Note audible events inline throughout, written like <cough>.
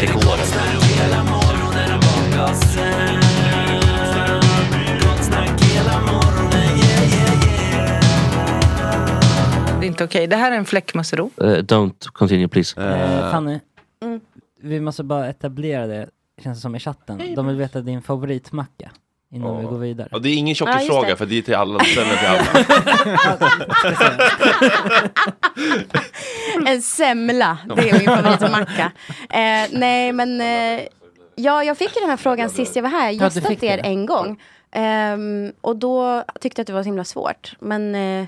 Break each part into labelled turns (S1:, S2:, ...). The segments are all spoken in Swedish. S1: till gården.
S2: Det är inte okej. Det här är en fläckmussero.
S1: Eh, don't continue please.
S3: Eh, Fanny,
S4: Mm.
S3: vi måste bara etablera det, känns det som i chatten. De vill veta din favoritmacka innan vi går vidare.
S5: Och det är ingen
S4: Ja, just det.
S5: tjockisfråga för det är till alla, ställer till
S4: <laughs>
S5: alla. Mm.
S4: en semla, det är min
S5: <laughs>
S4: favoritmacka. Eh, nej men, eh, ja jag fick ju den här frågan sist jag var här. Jag
S3: Ja, du
S4: gästat
S3: fick
S4: er
S3: det.
S4: en gång. Ehm, och då tyckte jag att det var så himla svårt. Men eh,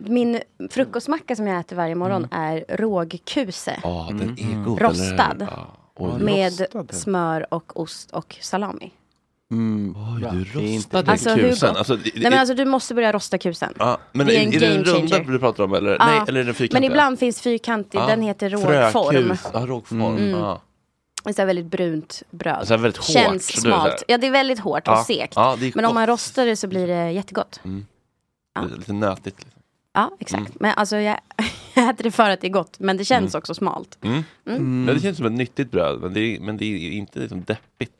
S4: min frukostmacka som jag äter varje morgon är rågkuse.
S5: Mm. Ja, den är god.
S4: Rostad.
S5: eller? Mm-hmm. Ja. Oj,
S4: Med smör och ost och salami.
S5: oj, du
S4: inte
S5: rostade
S4: Alltså, hur
S5: kusen.
S4: gott?
S5: Alltså, det, det,
S4: Nej men alltså du måste börja rosta kusen.
S5: ja, men
S4: det är
S5: är,
S4: en
S5: är det den
S4: game
S5: runda
S4: changer.
S5: du pratar om eller?
S4: Ja.
S5: Eh, Nej, eller är den Ah, fyrkantig?
S4: Men ibland finns fyrkantig,
S5: Ja.
S4: den heter rågform.
S5: Frökus. Ja, rågform. Ah, Ja.
S4: Det är så här väldigt brunt bröd.
S5: Så här väldigt hårt,
S4: Känns
S5: så du är så här-
S4: smalt. Ja, det är väldigt hårt och
S5: Ja.
S4: segt.
S5: Ja, det är
S4: Men om man
S5: gott.
S4: rostar det så blir det jättegott. Ja.
S5: Mm. Lite nötigt. Liksom.
S4: Ja, exakt. Men alltså jag, <laughs> jag äter det för att det är gott, men det känns också smalt.
S5: Mm. Ja, det känns som ett nyttigt bröd, men det är, men det är inte liksom deppigt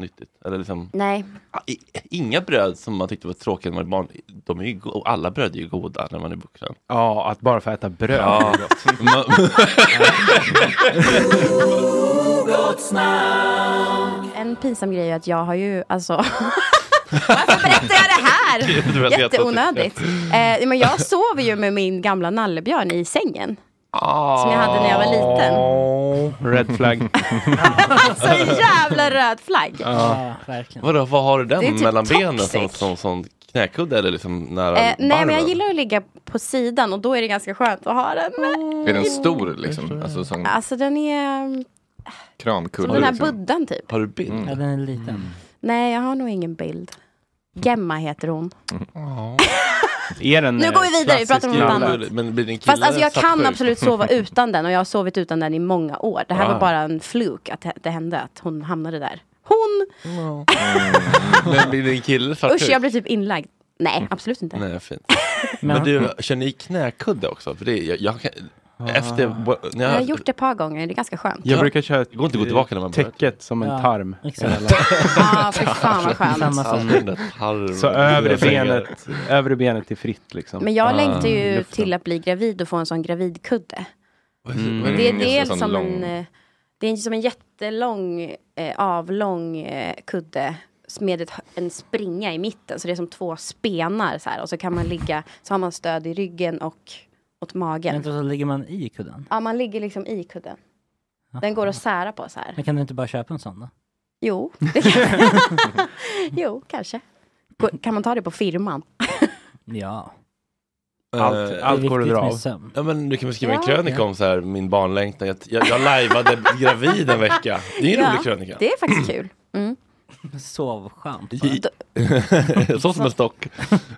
S5: nyttigt. Eller liksom,
S4: Nej,
S5: ja, i- inga bröd som man tyckte var tråkiga när man var barn, de är ju go- och alla bröd är ju goda när man är vuxen.
S6: Ja, att bara för att äta bröd.
S5: Ja. Man-
S4: en pinsam grej är att jag har ju alltså <laughs> Varför berättar jag det här?
S5: <laughs> du vet att-
S4: Jätteonödigt. Eh, men jag sover ju med min gamla nallebjörn i sängen. Som jag hade när jag var liten.
S5: Ah.
S6: Red flag.
S4: <laughs> Så <laughs> jävla röd flagg.
S3: Ja, verkligen.
S5: Ah. Vadå, vad har du den
S4: Det är typ
S5: mellan benen som,
S4: toxic.
S5: som, som knäkudde eller liksom nära
S4: Eh, nej men jag
S5: barmen?
S4: gillar att ligga på sidan och då är det ganska skönt att ha den.
S7: Är den stor liksom? Alltså som
S4: Alltså den är eh, som
S7: krankulle?
S4: den här
S7: liksom.
S4: buddan typ.
S5: Har du bild?
S3: Ja, den är liten.
S4: Nej jag har nog ingen bild. Gemma heter hon.
S5: Mm.
S6: <laughs> Är den,
S4: Nu
S6: eh,
S4: går vi vidare, vi pratar om
S6: klassisk
S4: något
S6: nalle?
S4: annat.
S5: Men blir det en kille
S4: Fast alltså jag
S5: satt
S4: kan
S5: sjuk?
S4: absolut sova
S5: <laughs>
S4: utan den och jag har sovit utan den i många år. Det här
S5: Wow.
S4: var bara en fluk att det hände att hon hamnade där. Hon!
S5: <laughs> Men blir det en kille satt
S4: Usch
S5: sjuk?
S4: jag blir typ inlagd. Nej absolut inte.
S5: Mm.
S3: <laughs>
S5: Nej, fint. Men du, kör ni knäkudde också? För det, är- jag, jag kan,
S3: Ah.
S5: efter, när
S4: Jag
S5: jag,
S4: har gjort det ett par gånger, det är ganska skönt.
S6: Jag brukar köra
S5: Det går inte att gå tillbaka när man börjar.
S6: täcket som en
S3: Ja,
S6: tarm.
S3: exakt.
S4: Ja <laughs> ah, fy fan vad
S3: Samma
S4: skönt.
S3: sak.
S5: använde Alltså, tarm.
S6: Så övre benet, övre benet är fritt liksom.
S4: Men
S5: Ah.
S4: Ah, jag längtar
S5: i
S4: ju
S5: luften.
S4: till att bli gravid och få en sån gravidkudde.
S7: Mm.
S4: Det, är-
S7: Mm.
S4: det är
S7: Sån
S4: som
S7: lång-
S4: en, eh, det är som en jättelång eh, avlång eh, kudde med ett, hö- en springa i mitten. Så det är som två spenar så här och så kan man ligga, så har man stöd i ryggen och åt
S3: Men
S4: magen.
S3: då så ligger man i kudden.
S4: Ja, man ligger liksom i kudden. Den går att sära på så här.
S3: Men kan du inte bara köpa en sån då?
S4: Jo, det kan... <laughs> jo kanske. Gå- Kan man ta det på firman?
S3: Ja.
S6: Allt-
S5: Eh,
S6: allt Det är går att viktigt dra med av. sömn.
S5: Ja, men du kan väl skriva en
S4: Ja.
S5: krönika om så här, min barnlängtan. Jag, jag, jag lajvade gravid en vecka. Det är en rolig krönika.
S4: Det är faktiskt
S3: <clears throat>
S4: kul. Mm.
S3: Sovchamp.
S5: <laughs> Så som en stock.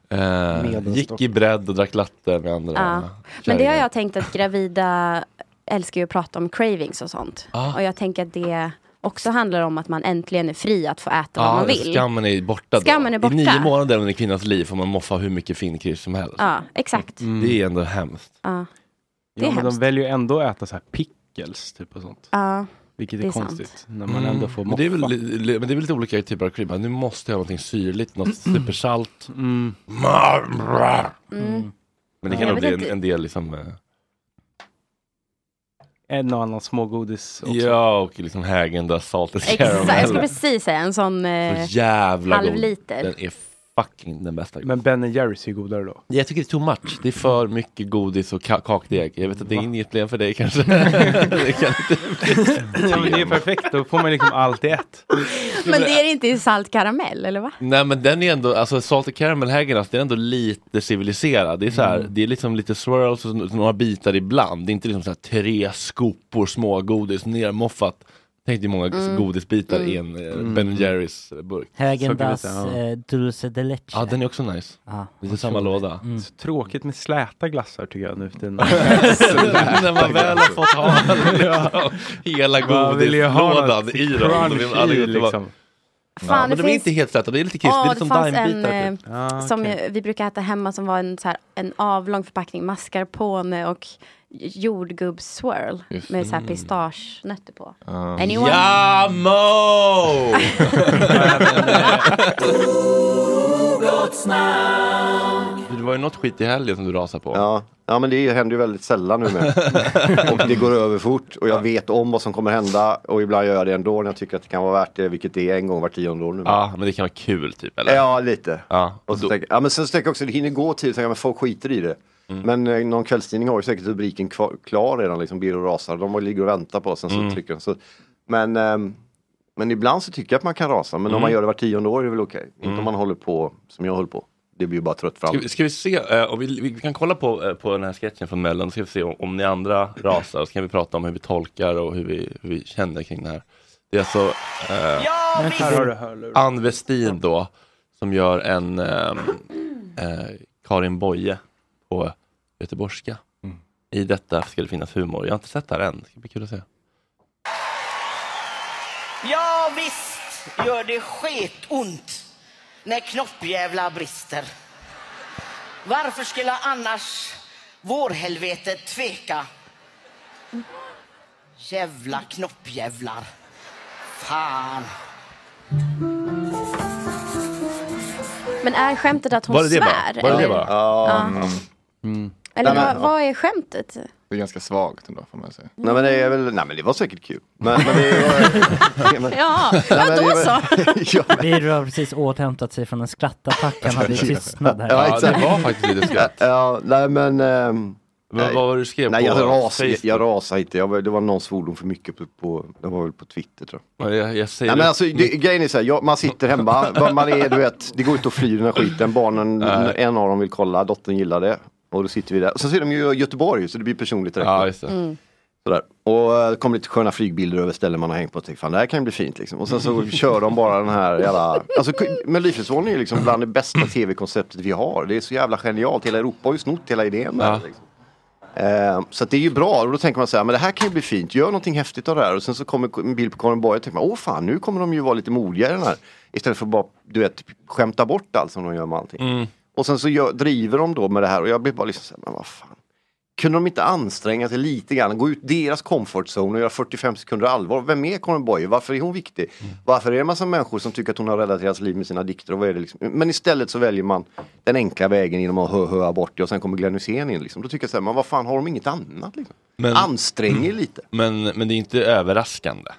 S5: Eh,
S3: Med en
S5: gick
S3: stock.
S5: i bredd och drack latte med andra.
S4: Ja. Men det har jag tänkt att gravida älskar ju att prata om cravings och sånt.
S5: Ah.
S4: Och jag tänker att det också handlar om att man äntligen är fri att få äta
S5: Ja,
S4: vad man vill.
S5: Skammen är borta. då.
S4: Skammen är borta.
S5: I nio månader under en kvinnas liv får man moffa hur mycket finkris som helst.
S4: Ja, exakt.
S5: Det är ändå hemskt.
S4: Ja. Det är
S6: Ja, men de
S4: hemskt.
S6: väljer ju ändå att äta så här pickles, typ och sånt.
S4: Ja,
S6: Vilket är,
S4: det är sant.
S6: konstigt. När man ändå får
S5: Mm. men,
S6: moffa.
S5: det är väl, li- li- men det är väl lite olika typer av kryddor. Nu måste jag ha någonting syrligt, något supersalt.
S6: Mm.
S5: Mm. Men det kan
S6: Jag
S5: nog
S6: vet
S5: bli en,
S6: inte.
S5: en del liksom, eh,
S6: En och annan smågodis också.
S5: ja och liksom Häagenda salted
S4: Exakt. Jag skulle
S5: caramel.
S4: precis säga en sån eh,
S5: Så jävla
S4: halv
S5: god.
S4: liter.
S5: Den är fucking den bästa.
S6: Men Ben Jerrys är godare då.
S5: Jag tycker det är too much. Det är för mycket godis och ka- kakdeg. Jag vet att det är inget problem för dig kanske. det kan inte bli.
S6: Ja, men det är perfekt, då får man liksom allt i ett.
S4: Men det är inte i salt karamell, eller va?
S5: Nej men den är ändå, alltså Salted Caramel Hägernäs, den är ändå lite civiliserad. Det är så här, det är liksom lite swirls och några bitar ibland. Det är inte liksom så här tre skopor smågodis nermoffat. Tänk dig hur många
S3: Mm.
S5: godisbitar i en
S3: Mm.
S5: eh,
S3: Mm.
S5: Ben Jerrys eh, burk.
S3: Hägendas
S5: Sockerbitar, ja.
S3: eh, Dulce de leche.
S5: Ja, den är också nice.
S3: Ja.
S5: Lite samma låda.
S6: Så tråkigt med släta glassar tycker jag nu för tiden. <laughs>
S5: <laughs> När man väl har fått ha liksom, hela
S6: Man vill ju ha
S5: godislådan
S6: något
S5: i dem. De vill
S6: crunch
S5: aldrig
S6: i,
S5: gå tillbaka.
S6: liksom.
S5: Ja,
S4: Fan,
S5: men
S4: det
S5: de är
S4: finns-
S5: inte helt släta, det är lite kiss. det är
S4: Ja,
S5: lite som
S4: fanns en,
S5: dimebitar. typ.
S4: eh, som eh, vi brukar äta hemma som var en, så här, en avlång förpackning mascarpone och jordgubbsswirl
S5: Just
S4: med så här
S5: det. Mm.
S4: pistagenötter på.
S5: Ja.
S4: Anyone?
S8: Oh!
S5: Jamo! det var ju något skit i helgen som du rasade på.
S9: Ja. ja, men det händer ju väldigt sällan nu
S5: <laughs>
S9: med. Och det går över fort och jag vet om vad som kommer hända och ibland gör jag det ändå när jag tycker att det kan vara värt det, vilket det är en gång var tionde år nu.
S5: Ja, men det kan vara kul typ, eller?
S9: Ja, lite.
S5: Ja,
S9: Och så tänker, ja, men sen så tänker jag också, det hinner gå tid, tänker jag, men folk skiter i det.
S5: Mm.
S9: Men eh, någon kvällstidning har ju säkert rubriken kvar, klar redan, liksom Birro rasar. De bara ligger och väntar på oss, sen så
S5: Mm.
S9: trycker de. Så, men, ehm, men ibland så tycker jag att man kan rasa, men om
S5: Mm.
S9: man gör det var tionde år är det väl okej. Inte
S5: Mm.
S9: om man håller på som jag höll på. Det blir ju bara trött fram.
S5: Ska vi, ska vi se, eh, om vi, vi kan kolla på, eh, på den här sketchen från Mellon, ska vi se om, om ni andra rasar, så kan vi prata om hur vi tolkar och hur vi, hur vi känner kring det här. Det är alltså eh,
S6: Här har du hörlurar.
S5: Ann Westin då, som gör en ehm, eh, Karin Boye på göteborgska. I detta ska det finnas humor. Jag har inte sett det här än, det ska bli kul att se.
S10: Ja visst gör det sketont när knoppjävlar brister. Varför skulle annars vårhelvetet tveka? Jävla knoppjävlar. Fan.
S4: Men är skämtet att hon
S7: Var det det bara?
S4: svär?
S7: Var det det
S4: eller?
S7: bara?
S4: Ja. Eller
S9: Mm. Nej,
S4: vad,
S9: men-
S4: vad är skämtet?
S9: Det är ganska svagt ändå får man säga. Nej men det är väl, nej men det var säkert kul. Men, men det <laughs> var, men,
S5: <laughs>
S4: Ja,
S9: Nej, men
S4: ja då
S9: det var-
S4: så.
S9: <laughs>
S3: Birro har precis återhämtat sig från en skrattattack han hade i tystnad här.
S9: Ja, exakt.
S5: lite skratt.
S9: <laughs> Ja, nej men... ehm,
S5: Men
S9: nej.
S5: vad var det du skrev
S9: nej,
S5: på
S9: jag rasade, jag,
S5: Facebook?
S9: jag rasade inte. Jag, var- det var någon svordom för mycket på, på, det var väl på
S5: <laughs>
S9: Twitter tror jag.
S5: Ja, Jag, jag säger
S9: Nej men
S5: det.
S9: alltså det, grejen är så här, jag, man sitter hemma, vad man är, du vet, det går inte att fly den här skiten, barnen,
S5: Nej.
S9: en av dem vill kolla, dottern gillar det. Och då sitter vi där. Och sen så är de ju i Göteborg så det blir personligt direkt.
S5: Ja, just det.
S9: Mm. Sådär. Och eh, det kom lite sköna flygbilder över ställen man har hängt på och tänkte fan det här kan ju bli fint liksom. Och sen så kör de bara den här jävla, alltså k- Melodifestivalen är ju liksom bland det bästa tv-konceptet vi har. Det är så jävla genialt, hela Europa har ju snott hela idén med det, liksom. Eh, så att det är ju bra och då tänker man så här, men det här kan ju bli fint, gör någonting häftigt av det här. Och sen så kommer k- en bild på Karin Boye och tänker man, åh fan nu kommer de ju vara lite modiga i den här. Istället för att bara, du vet, skämta bort allt som de gör med allting. Och sen så gör, driver de då med det här och jag blir bara liksom så här, men vad fan. Kunde de inte anstränga sig lite grann, gå ut deras comfort zone och göra 45 sekunder allvar? Vem är Karin Boye? Varför är hon viktig? Varför är det en massa människor som tycker att hon har räddat deras liv med sina dikter? Och vad är det liksom? Men istället så väljer man den enkla vägen genom att hö höa bort det och sen kommer Glenn Hysén in. Liksom. Då tycker jag så här, men vad fan har de inget annat? Liksom?
S5: Men-
S9: Ansträng er lite.
S5: Men, men det är inte överraskande.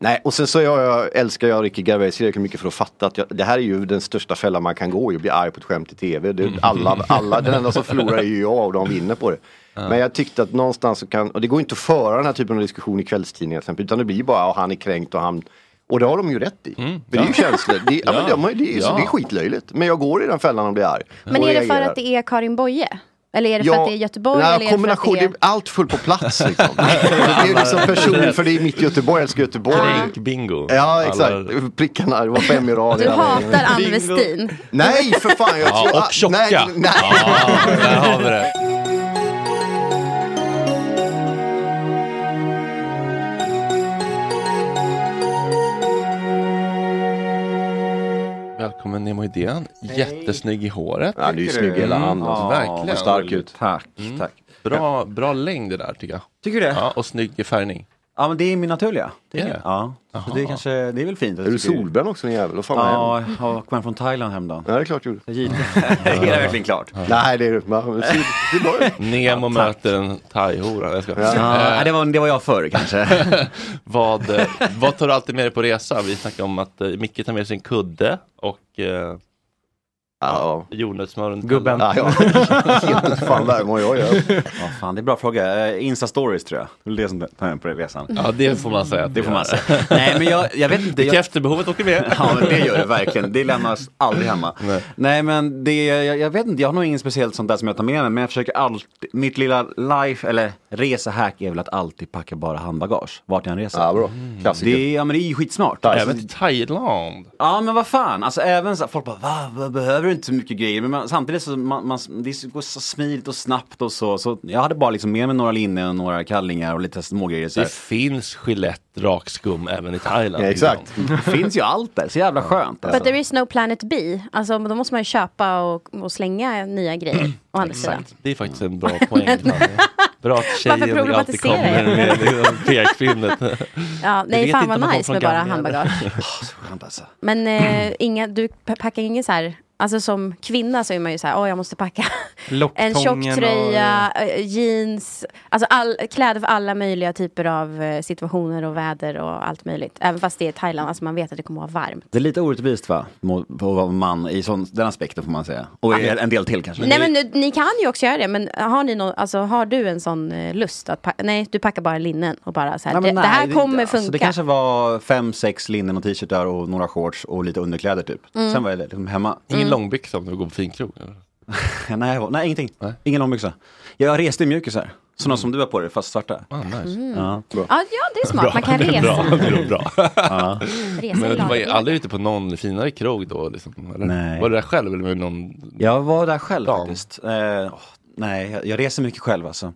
S9: Nej, och sen så är jag, jag älskar jag Ricky Gervais tillräckligt mycket för att fatta att jag, det här är ju den största fällan man kan gå i, att bli arg på ett skämt i tv. Det, alla, alla, den enda som förlorar är ju jag och de vinner på det. Men jag tyckte att någonstans så kan, och det går inte att föra den här typen av diskussion i kvällstidningar till exempel, utan det blir bara, och han är kränkt och han, och det har de ju rätt i. För det är ju känslor, det, ja. men de har ju- det, är- så
S5: Ja.
S9: det är skitlöjligt. Men jag går i den fällan om blir arg.
S4: Men
S9: Och
S4: är det för
S9: reagerar.
S4: att det är Karin Boye? Eller är det för att det är Göteborg?
S9: Nej,
S4: eller är det för
S9: kombination,
S4: att det är...
S9: det är allt fullt på plats
S5: <laughs>
S9: liksom. det är ju liksom personer, för det är mitt Göteborg, jag älskar Göteborg.
S5: Drink bingo.
S9: Ja, exakt. Prickarna, det var fem i rad.
S4: Du
S9: hela vägen.
S4: hatar Ann Westin.
S9: Nej, för fan. Jag
S5: Ja,
S9: tror,
S5: och tjocka.
S9: Nej, nej.
S5: Där har vi det. Välkommen Nemo Idén, jättesnygg i håret.
S9: Ja, du är snygg i hela handen.
S5: Mm,
S9: Ja,
S5: Verkligen.
S9: vad stark ut.
S11: Tack,
S5: tack. Bra, bra längd det där tycker jag.
S11: Mm. Tycker du det?
S5: Ja, och snygg i färgning.
S11: Ja, men det är min naturliga.
S5: Det är det?
S11: Ja. Så det är kanske, det är väl fint.
S9: Är du solbränd också din jävel? Vad fan är
S11: Ja,
S9: det?
S11: jag kom hem från Thailand häromdagen.
S9: Ja, det är klart du gjorde.
S11: Jag gillar det är verkligen klart.
S9: Nej, det är det man- det ser- det är bra ut.
S5: <laughs> Nemo möter en thaihora. Jag ska.
S11: Ja, det, var, det var jag förr kanske.
S5: <laughs> vad, eh, vad tar du alltid med dig på resa? Vi snackade om att eh, Micke tar med sig en kudde och eh,
S9: ja,
S5: jordnötssmören. <laughs>
S11: Gubben.
S5: Ja, ja.
S11: <laughs>
S9: fan lär mig jag göra.
S11: Ja, fan, det är en bra fråga. Eh, Insta-stories tror jag. Det är det som tar hem på resan.
S5: Ja, det får man säga. att
S11: Det får man
S5: gör.
S11: säga. Nej, men jag, jag vet inte. jag-
S5: Bekräftelbehovet åker med.
S11: Ja, men det gör det verkligen. Det lämnas aldrig hemma. Nej, men det, jag, jag vet inte, jag har nog inget speciellt sånt där som jag tar med mig. Men jag försöker alltid, mitt lilla life, eller resehack är väl att alltid packa bara handbagage. Vart jag än reser. Ja,
S9: bra. Klassiker.
S11: Det, är- ja, men det är ju skitsmart.
S5: Även till Thailand.
S11: Ja men vad fan, alltså även så här, folk bara va, va, behöver du inte så mycket grejer? Men man, samtidigt så man, man, det går så smidigt och snabbt och så, så. Jag hade bara liksom med mig några linnen och några kallingar och lite smågrejer. Så här.
S5: Det finns Gillette rakskum även i Thailand.
S11: Ja, exakt. Det finns ju allt där, så jävla skönt.
S4: But there is no planet B. Alltså då måste man ju köpa och, och slänga nya grejer. Å andra sidan.
S5: Det är faktiskt en bra
S11: Mm.
S5: poäng. Tanja. Bra att tjejen alltid
S4: problematiserar
S5: kommer
S4: jag?
S5: med liksom pekfingret.
S11: <laughs>
S4: Ja, nej
S5: vet
S4: fan
S5: inte om man
S4: vad
S5: kom
S4: nice
S5: från
S4: med bara
S5: Gambia.
S4: handbagage.
S5: <laughs>
S11: Ah, alltså.
S4: Men eh, inga, du pa- packar ingen så här, alltså som kvinna så är man ju så här, åh jag måste packa en tjock tröja, eh, jeans, alltså all, kläder för alla möjliga typer av eh, situationer och väder och allt möjligt. Även fast det är Thailand, alltså man vet att det kommer att vara varmt.
S11: Det är lite orättvist va? Mot att vara man i sån, den aspekten får man säga. Och en en del till kanske.
S4: nej men nu, ni kan ju också göra det, men har, ni någon, alltså, har du en sån eh, lust att packa, nej du packar bara linnen och bara så här,
S11: Nej, men
S4: det, det här
S11: nej,
S4: kommer
S11: alltså,
S4: funka.
S11: det kanske var fem, sex linnen och t-shirtar och några shorts och lite underkläder typ.
S4: Mm.
S11: Sen var jag liksom hemma.
S5: Ingen Mm. långbyxa om du går på finkrog?
S11: <laughs> nej, jag var, nej, ingenting. Ingen långbyxa. Jag reste i mjukisar.
S5: Mm.
S11: Sådana som du har på dig, fast svarta.
S5: Ah,
S4: Mm.
S11: Ja.
S4: Ja,
S12: Oh,
S4: ja, det är smart, man kan resa.
S5: <laughs> bra.
S4: Resa
S5: Men
S4: i
S5: du var ju
S4: laget.
S5: aldrig ute på någon finare krog då? Liksom, eller?
S11: Nej.
S5: Var du där själv eller med någon?
S11: Jag var där själv faktiskt. Eh, åh, nej, jag, jag reser mycket själv alltså.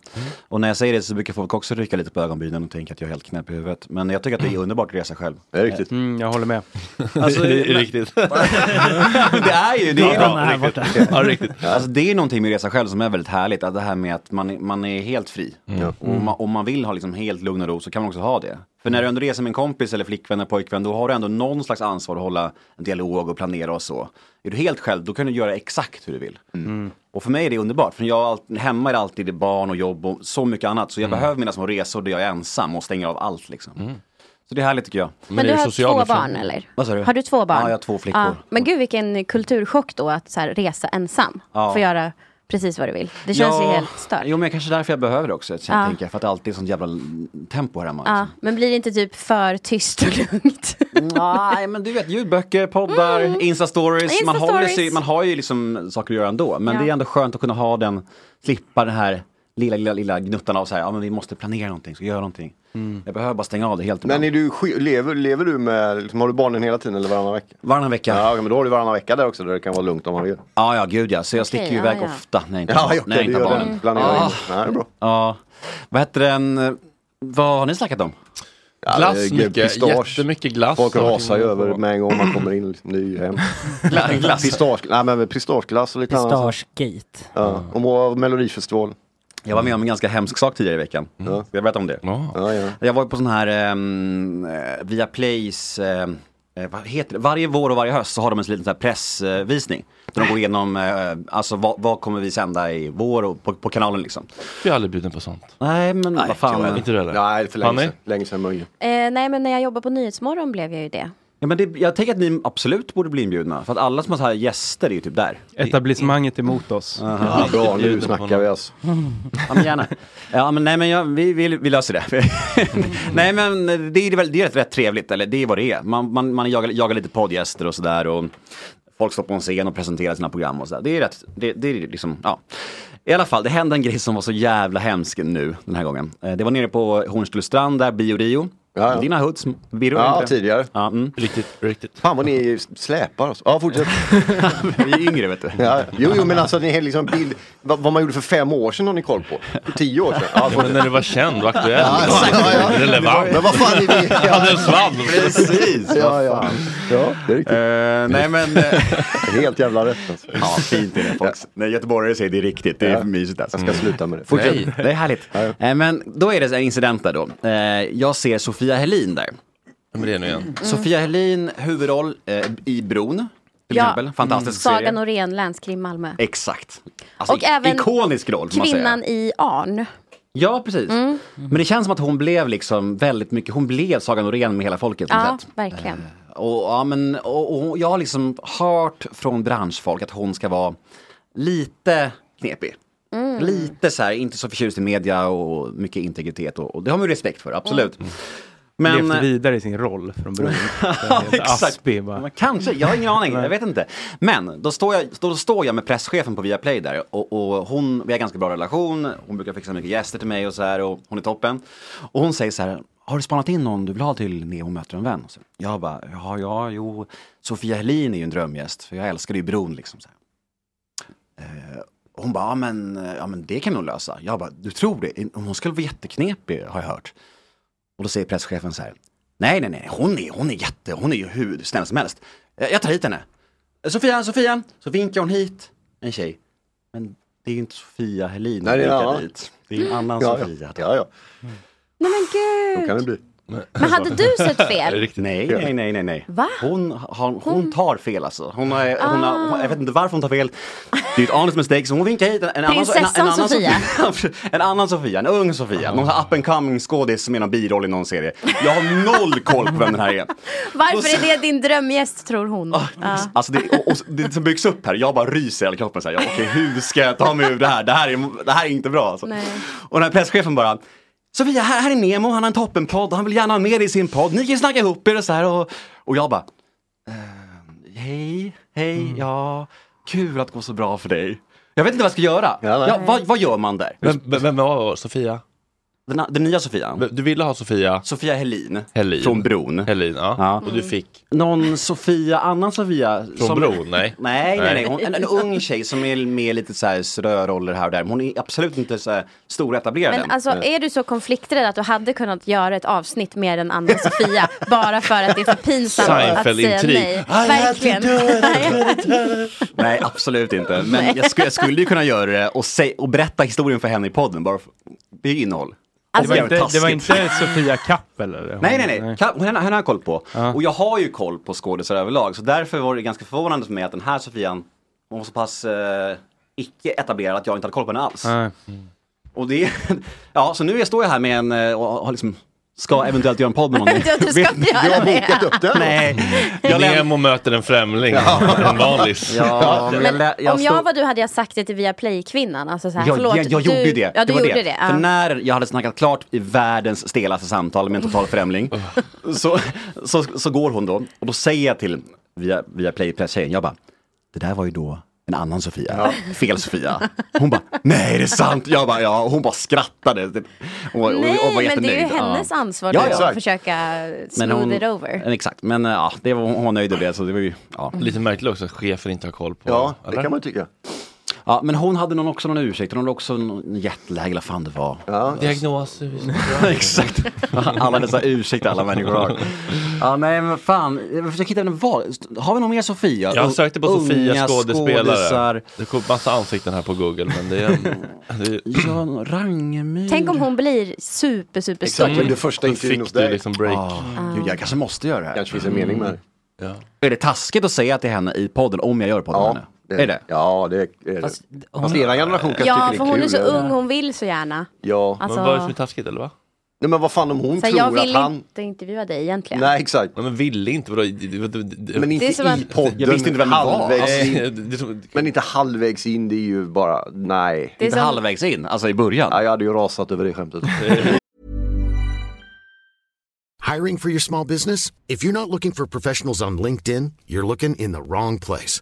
S11: Och när jag säger det så brukar folk också rycka lite på ögonbrynen och tänka att jag är helt knäpp i huvudet. Men jag tycker att det är underbart att resa själv.
S9: Det är riktigt.
S6: Mm, jag håller med.
S11: <laughs> Alltså,
S5: Det är
S11: men-
S5: riktigt.
S11: <laughs> det är ju det. Är
S5: Ja, här
S11: riktigt.
S5: borta. Ja, riktigt.
S11: <laughs> Alltså, det är någonting med att resa själv som är väldigt härligt. Att det här med att man, är- man är helt fri. Och om man, om man vill ha liksom helt lugn och ro så kan man också ha det. För när du ändå reser med en kompis eller flickvän eller pojkvän då har du ändå någon slags ansvar att hålla en dialog och planera och så. Är du helt själv då kan du göra exakt hur du vill. Och för mig är det underbart, för jag har allt- hemma är det alltid barn och jobb och så mycket annat. Så jag
S4: Mm.
S11: behöver mina små resor där jag är ensam och stänger av allt liksom. Så det är härligt tycker jag.
S4: Men Men du är det har social två med barn, familj? eller?
S11: Vad sa du?
S4: Har du två barn?
S11: Ja, jag har två flickor.
S4: Ja, men gud vilken kulturchock då att så här, resa ensam.
S11: Ja.
S4: Få göra precis vad du vill. Det känns ju helt stört.
S11: Jo men kanske därför jag behöver det också. Jag
S4: Ja.
S11: tänker, för att det alltid är sånt jävla l- tempo här hemma.
S4: Ja, men blir det inte typ för tyst och
S11: <laughs>
S4: lugnt?
S11: Nej men du vet ljudböcker, poddar,
S4: Mm.
S11: instastories. Man, håller
S4: Instastories.
S11: sig, man har ju liksom saker att göra ändå. Men
S4: Ja.
S11: det är ändå skönt att kunna ha den, slippa den här lilla, lilla, lilla gnuttan av så här, ja men vi måste planera någonting, ska göra någonting.
S4: Mm.
S11: Jag behöver bara stänga av det helt.
S9: Men är du, sky- lever, lever du med, liksom, har du barnen hela tiden eller varannan vecka?
S11: Varannan vecka.
S9: Ja, men då har du varannan vecka där också där det kan vara lugnt om man vill.
S11: Ja, ja, gud ja. Så jag sticker ju
S9: ja,
S11: iväg
S9: ja.
S11: ofta när jag inte
S9: Ja,
S11: har-
S9: ja,
S11: när jag
S9: du
S11: inte har
S9: gör
S11: barnen.
S9: det. Planera in.
S11: Ja.
S9: Nej, det är bra.
S11: Ja. Vad heter den, vad har ni snackat om?
S5: Glass mycket, jättemycket glass.
S9: Äh, Folk rasar ju över med en gång man kommer in. Liksom, det är
S5: <laughs>
S9: ju hemskt.
S11: Glass.
S9: Pistage, nej, men pistageglass och lite annat.
S3: Pistagegate.
S9: Ja, och Melodifestivalen.
S11: Jag var med om en ganska hemsk sak tidigare i veckan.
S9: Mm.
S11: Ska jag berätta om det? Jag var ju på sån här um, via Plays, ehm, eh, vad heter det? Varje vår och varje höst så har de en sån liten sån här pressvisning. Där de går igenom, eh, alltså vad, vad kommer vi sända i vår och på, på kanalen liksom.
S5: Jag är aldrig bjuden på sånt.
S11: Nej men vad fan.
S5: jag- Inte du heller?
S9: Nej, för länge
S5: Fanny?
S9: sedan. Länge sedan möjligen.
S4: eh, nej, men när jag jobbade på Nyhetsmorgon blev jag ju det.
S11: Ja, men det, jag tänker att ni absolut borde bli inbjudna. För att alla som har så här gäster är ju typ där.
S6: Etablissemanget emot oss.
S11: Aha. Ja, bra, nu snackar vi
S9: alltså.
S11: Ja men gärna. Ja men nej men jag, vi, vi, vi löser det.
S9: <laughs>
S11: nej men det är, väl, det är rätt, rätt trevligt, eller det är vad det är. Man, man, man jagar, jagar lite poddgäster och sådär och folk står på en scen och presenterar sina program och sådär. Det är rätt, det, det är liksom, ja. I alla fall, det hände en grej som var så jävla hemsk nu den här gången. Eh, Det var nere på Hornstullstrand där, Bio Rio. Dina hoods, Biro,
S9: Ja,
S11: inte det?
S9: tidigare.
S11: Ja, mm.
S5: Riktigt, riktigt.
S9: Fan vad ni släpar oss. Ja, fortsätt.
S11: <laughs> Vi är yngre vet du.
S9: Ja, jo, jo, men alltså ni är liksom bild, vad, vad man gjorde för fem år sedan har ni koll på. För tio år sedan. Ja,
S5: men när du var känd och aktuell.
S9: Ja, exakt. Ja, ja.
S5: Relevant.
S9: Men vad fan, ni-
S5: <laughs> Jag hade en svamp.
S11: Precis,
S9: ja, ja. ja, det är riktigt.
S11: Eh, nej, men...
S9: <laughs> Helt jävla rätt alltså.
S11: Ja, fint är det folks. När göteborgare säger det är riktigt, det är för mysigt alltså.
S5: Mm.
S9: Jag ska sluta med det.
S11: Fortsätt.
S9: Nej.
S11: Det är härligt. Eh, Men då är det en incident där då. Eh, Jag ser Sofia Helin där. Mm.
S5: det är nu igen.
S11: Sofia Helin, huvudroll eh, i Bron. Till exempel. Fantastisk
S4: Saga
S11: serie.
S4: Norén, länskrim Malmö.
S11: Exakt. Alltså,
S4: Mm. Och även
S11: ikonisk roll får man säga.
S4: Kvinnan i Arn.
S11: Ja, precis.
S4: Mm.
S11: Men det känns som att hon blev liksom väldigt mycket, hon blev Saga Norén med hela folket. på
S4: Ja,
S11: något sätt.
S4: verkligen.
S11: Och, ja, men, och, och jag har liksom hört från branschfolk att hon ska vara lite knepig.
S4: Mm.
S11: Lite så här, inte så förtjust i media och mycket integritet och, och det har man ju respekt för, absolut.
S8: Mm.
S13: Mm.
S11: Men-
S6: Levde vidare i sin roll från
S11: <laughs>
S6: början.
S11: Ja,
S6: Helt
S11: exakt.
S6: Aspig bara.
S11: Men Kanske, jag har ingen aning, jag vet inte. Men då står jag, då står jag med presschefen på Viaplay där och, och hon, vi har ganska bra relation, hon brukar fixa mycket gäster till mig och så här och hon är toppen. Och hon säger så här, har du spanat in någon du vill ha till Neo möter en vän? Och så, jag bara, ja, ja, jo, Sofia Helin är ju en drömgäst, för jag älskade ju Bron liksom. Så här. Eh, och hon bara, ja men, eh, ja men det kan vi nog lösa. Jag bara, du tror det? Hon skulle vara jätteknepig har jag hört. Och då säger presschefen så här, nej nej nej, hon är, hon är jätte, hon är ju hur snäll som helst. Eh, Jag tar hit henne. Eh, Sofia, Sofia! Så vinkar hon hit en tjej. Men det är ju inte Sofia Helin
S9: Nej, det är en
S11: hon vinkar
S9: annan.
S11: dit. Det är en annan
S9: Ja, ja.
S11: Sofia. typ.
S9: Ja, ja.
S4: Nej men gud.
S9: Då kan det bli.
S4: Men hade du
S9: <laughs>
S4: sett fel?
S11: Nej, nej, nej, nej, nej.
S4: Va?
S11: Hon, har, hon, tar fel alltså. Hon har, hon har,
S4: Ah.
S11: hon, jag vet inte varför hon tar fel. Det är ett honest mistake. Så hon vinkar hit en, en, annan, en, en,
S4: Prinsessan
S11: annan
S4: Sofia.
S11: <laughs> en annan Sofia, en ung Sofia. Någon sån här up and coming skådis som är någon biroll i någon serie. Jag har noll koll på vem den här är. Och
S4: Varför
S11: sen-
S4: är det din drömgäst tror hon? Ja.
S11: Alltså det, och, och det som byggs upp här, jag bara ryser i hela kroppen. Så här, jag, Okej, hur ska jag ta mig ur det här? Det här är, det här är inte bra alltså.
S4: Nej.
S11: Och den här presschefen bara Sofia, här, här är Nemo, han har en toppenpodd, han vill gärna ha med dig i sin podd, ni kan snacka ihop er och så här. Och, och jag bara, eh, hej, hej,
S5: Mm.
S11: ja, kul att det går så bra för dig. Jag vet inte vad jag ska göra. Ja,
S5: nej.
S11: vad, vad gör man där?
S5: Vem, vem, vem var Sofia?
S11: Den, den nya Sofia.
S5: Du ville ha Sofia?
S11: Sofia Helin.
S5: Helin.
S11: Från Bron.
S5: Helin, ja. Och du fick?
S11: Någon Sofia, annan Sofia?
S5: Från Bron? Nej.
S11: Nej, nej, nej. Hon, en, en ung tjej som är med lite så här ströroller här och där. Men Hon är absolut inte så här stor etablerad
S4: Men
S11: än. Eh,
S4: alltså är du så konflikträdd att du hade kunnat göra ett avsnitt med en annan Sofia bara för att det är för pinsamt att säga
S11: Seinfeld-intrig. I
S4: nej?
S11: had to
S4: Verkligen.
S11: Nej,
S4: <laughs>
S11: absolut inte.
S4: Nej.
S11: Men jag skulle, jag skulle ju kunna göra det och, sä- och berätta historien för henne i podden. Bara för, det är ju innehåll.
S6: Alltså,
S4: Alltså,
S6: det, var inte, det var
S11: taskigt.
S6: inte Sofia Kappel eller? Hon-
S11: Nej, nej, nej. Ka- Hon, henne, henne har jag koll på. Och jag har ju koll på skådisar överlag. Så därför var det ganska förvånande för mig att den här Sofian, hon var så pass eh, icke etablerad att jag inte hade koll på henne alls.
S6: Nej.
S11: Och det, <laughs> ja, så nu står jag här med en, eh, och har liksom, ska eventuellt göra en podd
S4: <laughs>
S11: med någon.
S4: Ja, du ska
S11: Vet-
S4: göra Du har det. bokat upp den.
S11: Nej.
S5: Nemo möter en främling. En vanlis.
S11: Ja, men jag lä-
S4: Om
S11: stod-
S4: jag var du hade jag sagt det till via Play-kvinnan. Alltså så här,
S11: jag,
S4: förlåt,
S11: jag, jag
S4: du,
S11: gjorde ju det.
S4: Ja, du
S11: var
S4: gjorde det. ja.
S11: För när jag hade snackat klart i världens stelaste samtal med en total främling så, så, så går hon då och då säger jag till via, via Playpress-tjejen, jag bara, det där var ju då en annan Sofia, fel Sofia. Hon bara, nej det är sant! Jag bara, ja, och hon bara skrattade. typ. Och, och, och
S4: Nej,
S11: var
S4: men det är ju
S11: jättenöjd. Ja.
S4: hennes ansvar
S11: Ja,
S4: då
S11: exakt.
S4: att försöka
S11: Men
S4: smooth
S11: hon-
S4: it over.
S11: Exakt, men eh, ja, det var, hon var nöjd över det. Så det var ju, ja.
S5: Mm. Lite märkligt också att chefer inte har koll på.
S11: Ja, det
S5: eller?
S11: kan man
S9: tycka.
S11: Ja, men hon hade någon också någon ursäkt, hon hade också någon jetlag eller vad fan det var.
S5: <laughs> Diagnos.
S11: Exakt. Alla dessa ursäkter alla
S5: <laughs>
S11: människor har. Ja, nej men fan, jag försöker hitta en val. Har vi någon mer Sofia?
S5: Jag sökte på
S11: Unga
S5: Sofia skådespelare.
S11: skådisar.
S5: Det kom massa ansikten här på Google men det är... Det är...
S11: Ja, Rangemyr.
S4: Tänk om hon blir super, super stor.
S9: Exakt, det första
S5: Då
S9: intervjun
S5: fick
S9: hos dig.
S5: du liksom break.
S11: Ah, gud, jag kanske måste göra det här.
S9: Kanske finns en mening med det.
S11: Är det taskigt att säga till henne i podden om jag gör podden med henne?
S9: det-
S11: är det?
S9: Ja, det är det. Fast,
S3: hon-
S9: er generation kanske
S4: Ja,
S9: tycker
S4: för
S9: det är
S4: hon
S9: kul.
S4: är så
S9: eller?
S4: ung, hon vill så gärna.
S9: Ja.
S4: Men Alltså- vad är det som är
S5: taskigt eller va?
S9: Nej men vad fan om hon
S4: Så här, jag
S9: tror att
S4: vill
S9: han...
S4: inte intervjua dig egentligen.
S9: Nej exakt.
S5: men ville inte, vadå? Men
S9: Men inte
S4: Det är som
S9: i
S4: att-
S9: podden.
S11: Jag visste inte vem det var. Alltså,
S9: halvvägs in.
S11: Nej,
S9: Men inte halvvägs in, det är ju bara, nej.
S11: Det är Inte som- halvvägs in, alltså i början.
S9: Ja, jag hade ju rasat över det skämtet.
S14: Hiring for your small business? If you're not looking for professionals on LinkedIn, you're looking in the wrong place.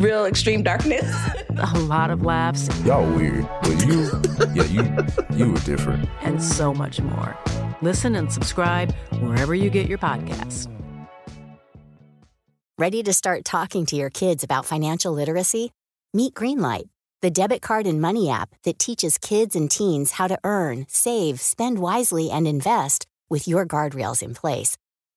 S15: real extreme darkness. <laughs>
S12: a lot of laughs
S16: Y'all weird, but you, yeah, you, you were different.
S12: and so much more. Listen and subscribe wherever you get your podcasts.
S17: Ready to start talking to your kids about financial literacy? Meet Greenlight, the debit card and money app that teaches kids and teens how to earn, save, spend wisely, and invest with your guardrails in place.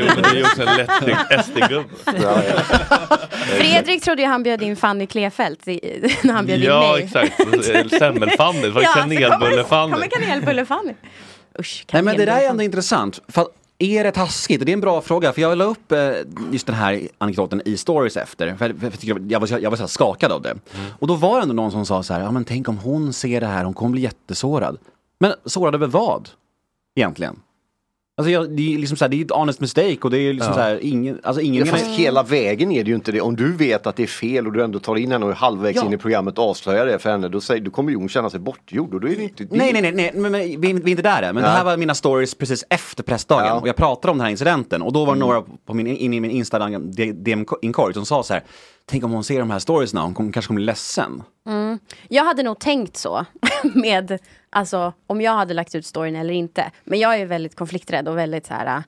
S5: Gubben, det är ju också en lätt SD-gubbe.
S4: Fredrik trodde ju han bjöd in Fanny Klefelt i, <laughs> när han bjöd in
S5: Ja,
S4: mig.
S5: exakt. Semmel-Fanny. Det var ju
S4: <laughs> Ja, så
S5: kanelbulle-Fanny.
S4: Kommer kanelbulle-Fanny. Usch,
S11: Nej men det där är
S4: kanelbulle.
S11: ändå intressant. För att är det taskigt? Det är en bra fråga. För jag la upp eh, just den här anekdoten i stories efter. För jag, för jag, tycker jag var, så- jag var så här skakad av det. Och då var det ändå någon som sa så här, ja men tänk om hon ser det här, hon kommer bli jättesårad. Men sårad över vad? Egentligen. Alltså jag, det är liksom så här, det är ett honest mistake och det är liksom
S9: Ja.
S11: så här, ingen, alltså ingen...
S9: ja, fast hela vägen är det ju inte det. Om du vet att det är fel och du ändå tar in henne och halvvägs
S11: Ja.
S9: in i programmet avslöjar det för henne, då, säger, då kommer ju hon känna sig bortgjord. Och då är det inte, det
S11: Nej, nej, nej, nej men, men, vi, vi är inte där än. Men det här
S9: Nej.
S11: var mina stories precis efter pressdagen. Och jag pratade om den här incidenten. Och då var det några på min, in i min Instagram DM-inkorg som sa så här. Tänk om hon ser de här storiesna, hon kommer, kanske kommer bli ledsen.
S4: Mm. Jag hade nog tänkt så <laughs> med, alltså om jag hade lagt ut storyn eller inte. Men jag är ju väldigt konflikträdd och väldigt så här äh,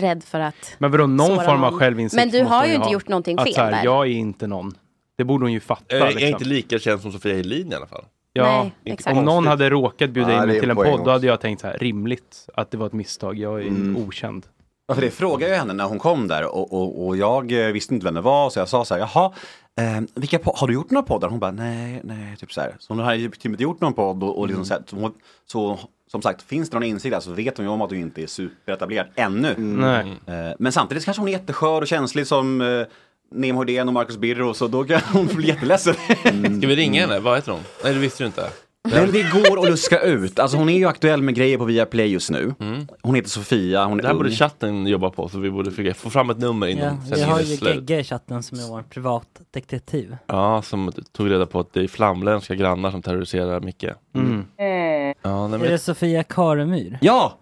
S4: rädd för att
S6: Men vadå, någon
S4: Såra
S6: form av
S4: någon.
S6: självinsikt
S4: Men du
S6: måste
S4: har
S6: hon
S4: ju inte
S6: ha.
S4: gjort någonting fel
S6: att, så här,
S4: där.
S6: Jag är inte någon. Det borde hon ju fatta.
S5: Eh, Jag är
S6: liksom.
S5: inte lika känd som Sofia Helin i alla fall.
S6: Ja,
S5: Inte
S4: exakt.
S6: om någon hade råkat bjuda
S5: Nej,
S6: in
S5: det
S6: mig
S5: är
S6: till en
S5: poäng
S6: podd,
S5: också.
S6: då hade jag tänkt så här, rimligt att det var ett misstag. Jag är ju okänd.
S11: Ja, för Alltså, det frågade jag henne när hon kom där och, och, och jag eh, visste inte vem det var så jag sa så här, jaha, eh, vilka po- har du gjort några poddar? Hon bara, nej, nej, typ så här. Så hon hade ju typ inte gjort någon podd och, och liksom så, här, så, hon, så som sagt, finns det någon insikt där så vet hon ju om att du inte är superetablerad ännu.
S6: Nej.
S11: Eh, men samtidigt kanske hon är jätteskör och känslig som eh, Nemo Hedén och Marcus Birro så då kan hon bli jätteledsen. <laughs>
S5: Ska vi ringa henne? Vad heter hon? Nej, det visste du inte.
S11: Men Mm. det går att luska ut. Alltså hon är ju aktuell med grejer på Viaplay just nu. Hon heter Sofia, hon är
S5: Det här
S11: ung.
S5: borde chatten jobba på, så vi borde försöka få fram ett nummer
S3: Ja,
S5: innan
S3: vi har ju
S5: slut.
S3: Gegge i chatten som är vår privatdetektiv.
S5: Ja, som tog reda på att det är flamländska grannar som terroriserar Micke.
S3: Mm.
S13: Eh.
S5: Ja, nej,
S3: Är
S5: men... Mm-hmm.
S3: det Sofia Karemyr?
S11: Ja!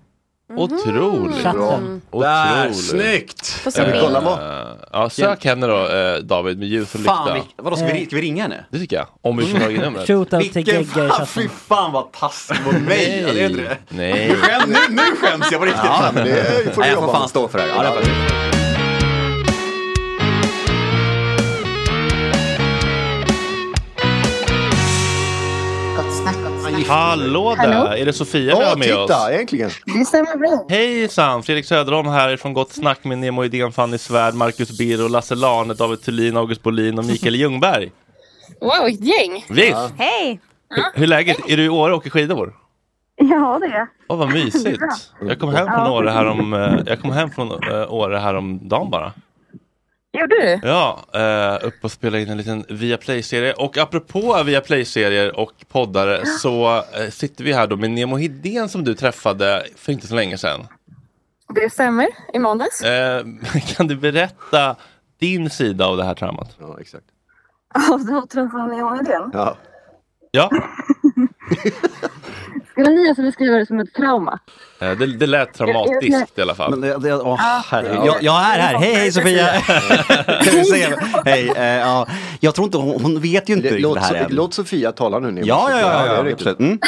S5: Otroligt
S3: Chatten.
S5: bra.
S3: Där,
S5: Otroligt.
S3: snyggt! Får se
S5: Jag vill
S3: bild.
S5: kolla vad- Ja, sök henne då eh, David med ljus och
S11: Fan,
S5: lykta.
S11: vi- vadå, ska vi- ska vi ringa henne?
S5: Det tycker jag. Om vi
S3: <laughs>
S5: får tag i numret.
S3: Shootout till Gegge i
S11: Vilken fan,
S3: chatten.
S11: fy fan vad taskig mot mig! Ja, det är inte det.
S5: Nej.
S11: Nu, skäm, nu, nu skäms jag på riktigt.
S5: Ja, men det får du
S11: Nej, jag
S5: jobba
S11: får
S5: med.
S11: fan stå för det här. Ja, det får jag.
S13: Gott snack, gott snack.
S5: Hallå där!
S13: Hallå?
S5: Är det Sofia vi
S13: Ja,
S5: har med
S13: titta,
S5: oss?
S9: egentligen.
S13: Det stämmer bra.
S5: Hejsan! Fredrik Söderholm här från Gott Snack med Nemo Idén, Fanny Svärd, Marcus Birro, Lasse Lane, David Thulin, August Bolin och Mikael Ljungberg.
S13: Wow, vilket gäng!
S5: Visst. Ja.
S13: Hej!
S5: Hur, hur är läget? Är du i Åre och åker skidor?
S13: Ja, det är jag.
S5: Åh, vad
S13: Det är
S5: mysigt!
S13: bra.
S5: Jag kom hem från
S13: Ja.
S5: Åre härom, eh, jag kom hem från eh, Åre häromdagen bara.
S13: Gjorde du?
S5: Ja, eh, upp och spela in en liten Viaplay-serie. Och apropå Viaplay-serier och poddare så eh, sitter vi här då med Nemo Hedén som du träffade för inte så länge sedan.
S13: Det stämmer. I måndags.
S5: Eh, <laughs> kan du berätta din sida av det här traumat?
S9: Ja, exakt.
S13: Ja, då träffade ni honom igen.
S9: Ja.
S5: Ja,
S13: Skulle ni alltså beskriva det som ett trauma?
S5: eh, det, det lät traumatiskt i alla fall.
S11: Men det, det, åh, herregud. jag, jag är här. Hej, hej Sofia! kan du säga? Hej, eh, ja. Jag tror inte hon, hon vet ju inte
S9: Det-
S11: riktigt
S9: låt
S11: det här
S9: Sofia-
S11: än.
S9: låt Sofia tala nu. Nemo.
S11: Ja, ja, ja,
S9: Ja, det är
S11: ja, ja
S9: riktigt.
S11: absolut. Mm.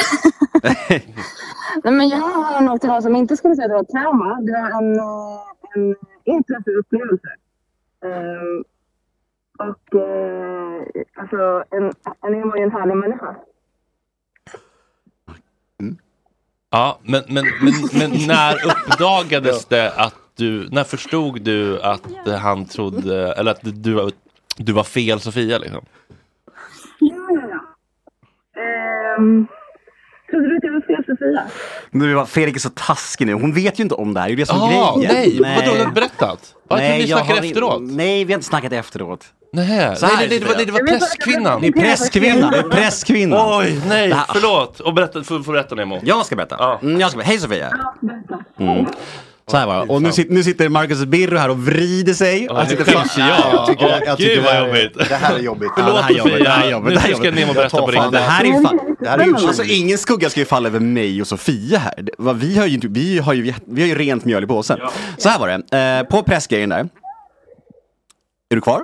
S13: Nej, men jag har nog till någon som inte skulle säga att det var ett trauma. Det var en, eh, en inträffad upplevelse. Ehm, Och eh, alltså, en, en var ju en härlig människa.
S5: Ja, men, men, men, men när uppdagades det att du, när förstod du att han trodde, eller att du, var- du var fel Sofia liksom?
S13: Ja, ja, ja. Ehm, trodde du att jag var fel Sofia?
S11: Nu var Fredrik är så taskig nu. Hon vet ju inte om det här. Det är det som är
S5: Ah,
S11: grejen.
S5: nej, vadå, har du berättat? Ja, jag trodde ni
S11: jag
S5: snackade
S11: har-
S5: efteråt.
S11: Nej, vi har inte snackat efteråt.
S5: Nej,
S11: Så
S5: nej,
S11: här
S5: nej, det, var, nej, det var
S11: Sofia.
S5: presskvinnan.
S11: Det är presskvinnan, det är presskvinnan.
S5: Oj, nej,
S11: Det här-
S5: förlåt. Och berätta, får, får berätta Nemo.
S11: Jag ska berätta. Mm, jag ska berätta. Hej Sofia!
S13: Mm.
S11: Så här var det. Och nu sitter, nu sitter Marcus Birro här och vrider sig.
S5: det skäms jag. Åh, gud, vad jobbigt.
S11: Det här är jobbigt.
S5: Förlåt,
S11: det här är jobbigt.
S5: Sofia.
S11: Det här är jobbigt.
S5: Nu
S11: Det här är
S5: ska
S11: jobbigt.
S5: Nemo berätta på riktigt.
S11: Jag tar fan Det här är ju fan...
S5: Det här är ju
S11: alltså
S5: otroligt.
S11: ingen skugga ska ju falla över mig och Sofia här. Det- vad Vi har ju, inte- vi har ju, vi har ju rent mjöl i påsen. Så här var det. Eh, på pressgrejen där. Är du kvar?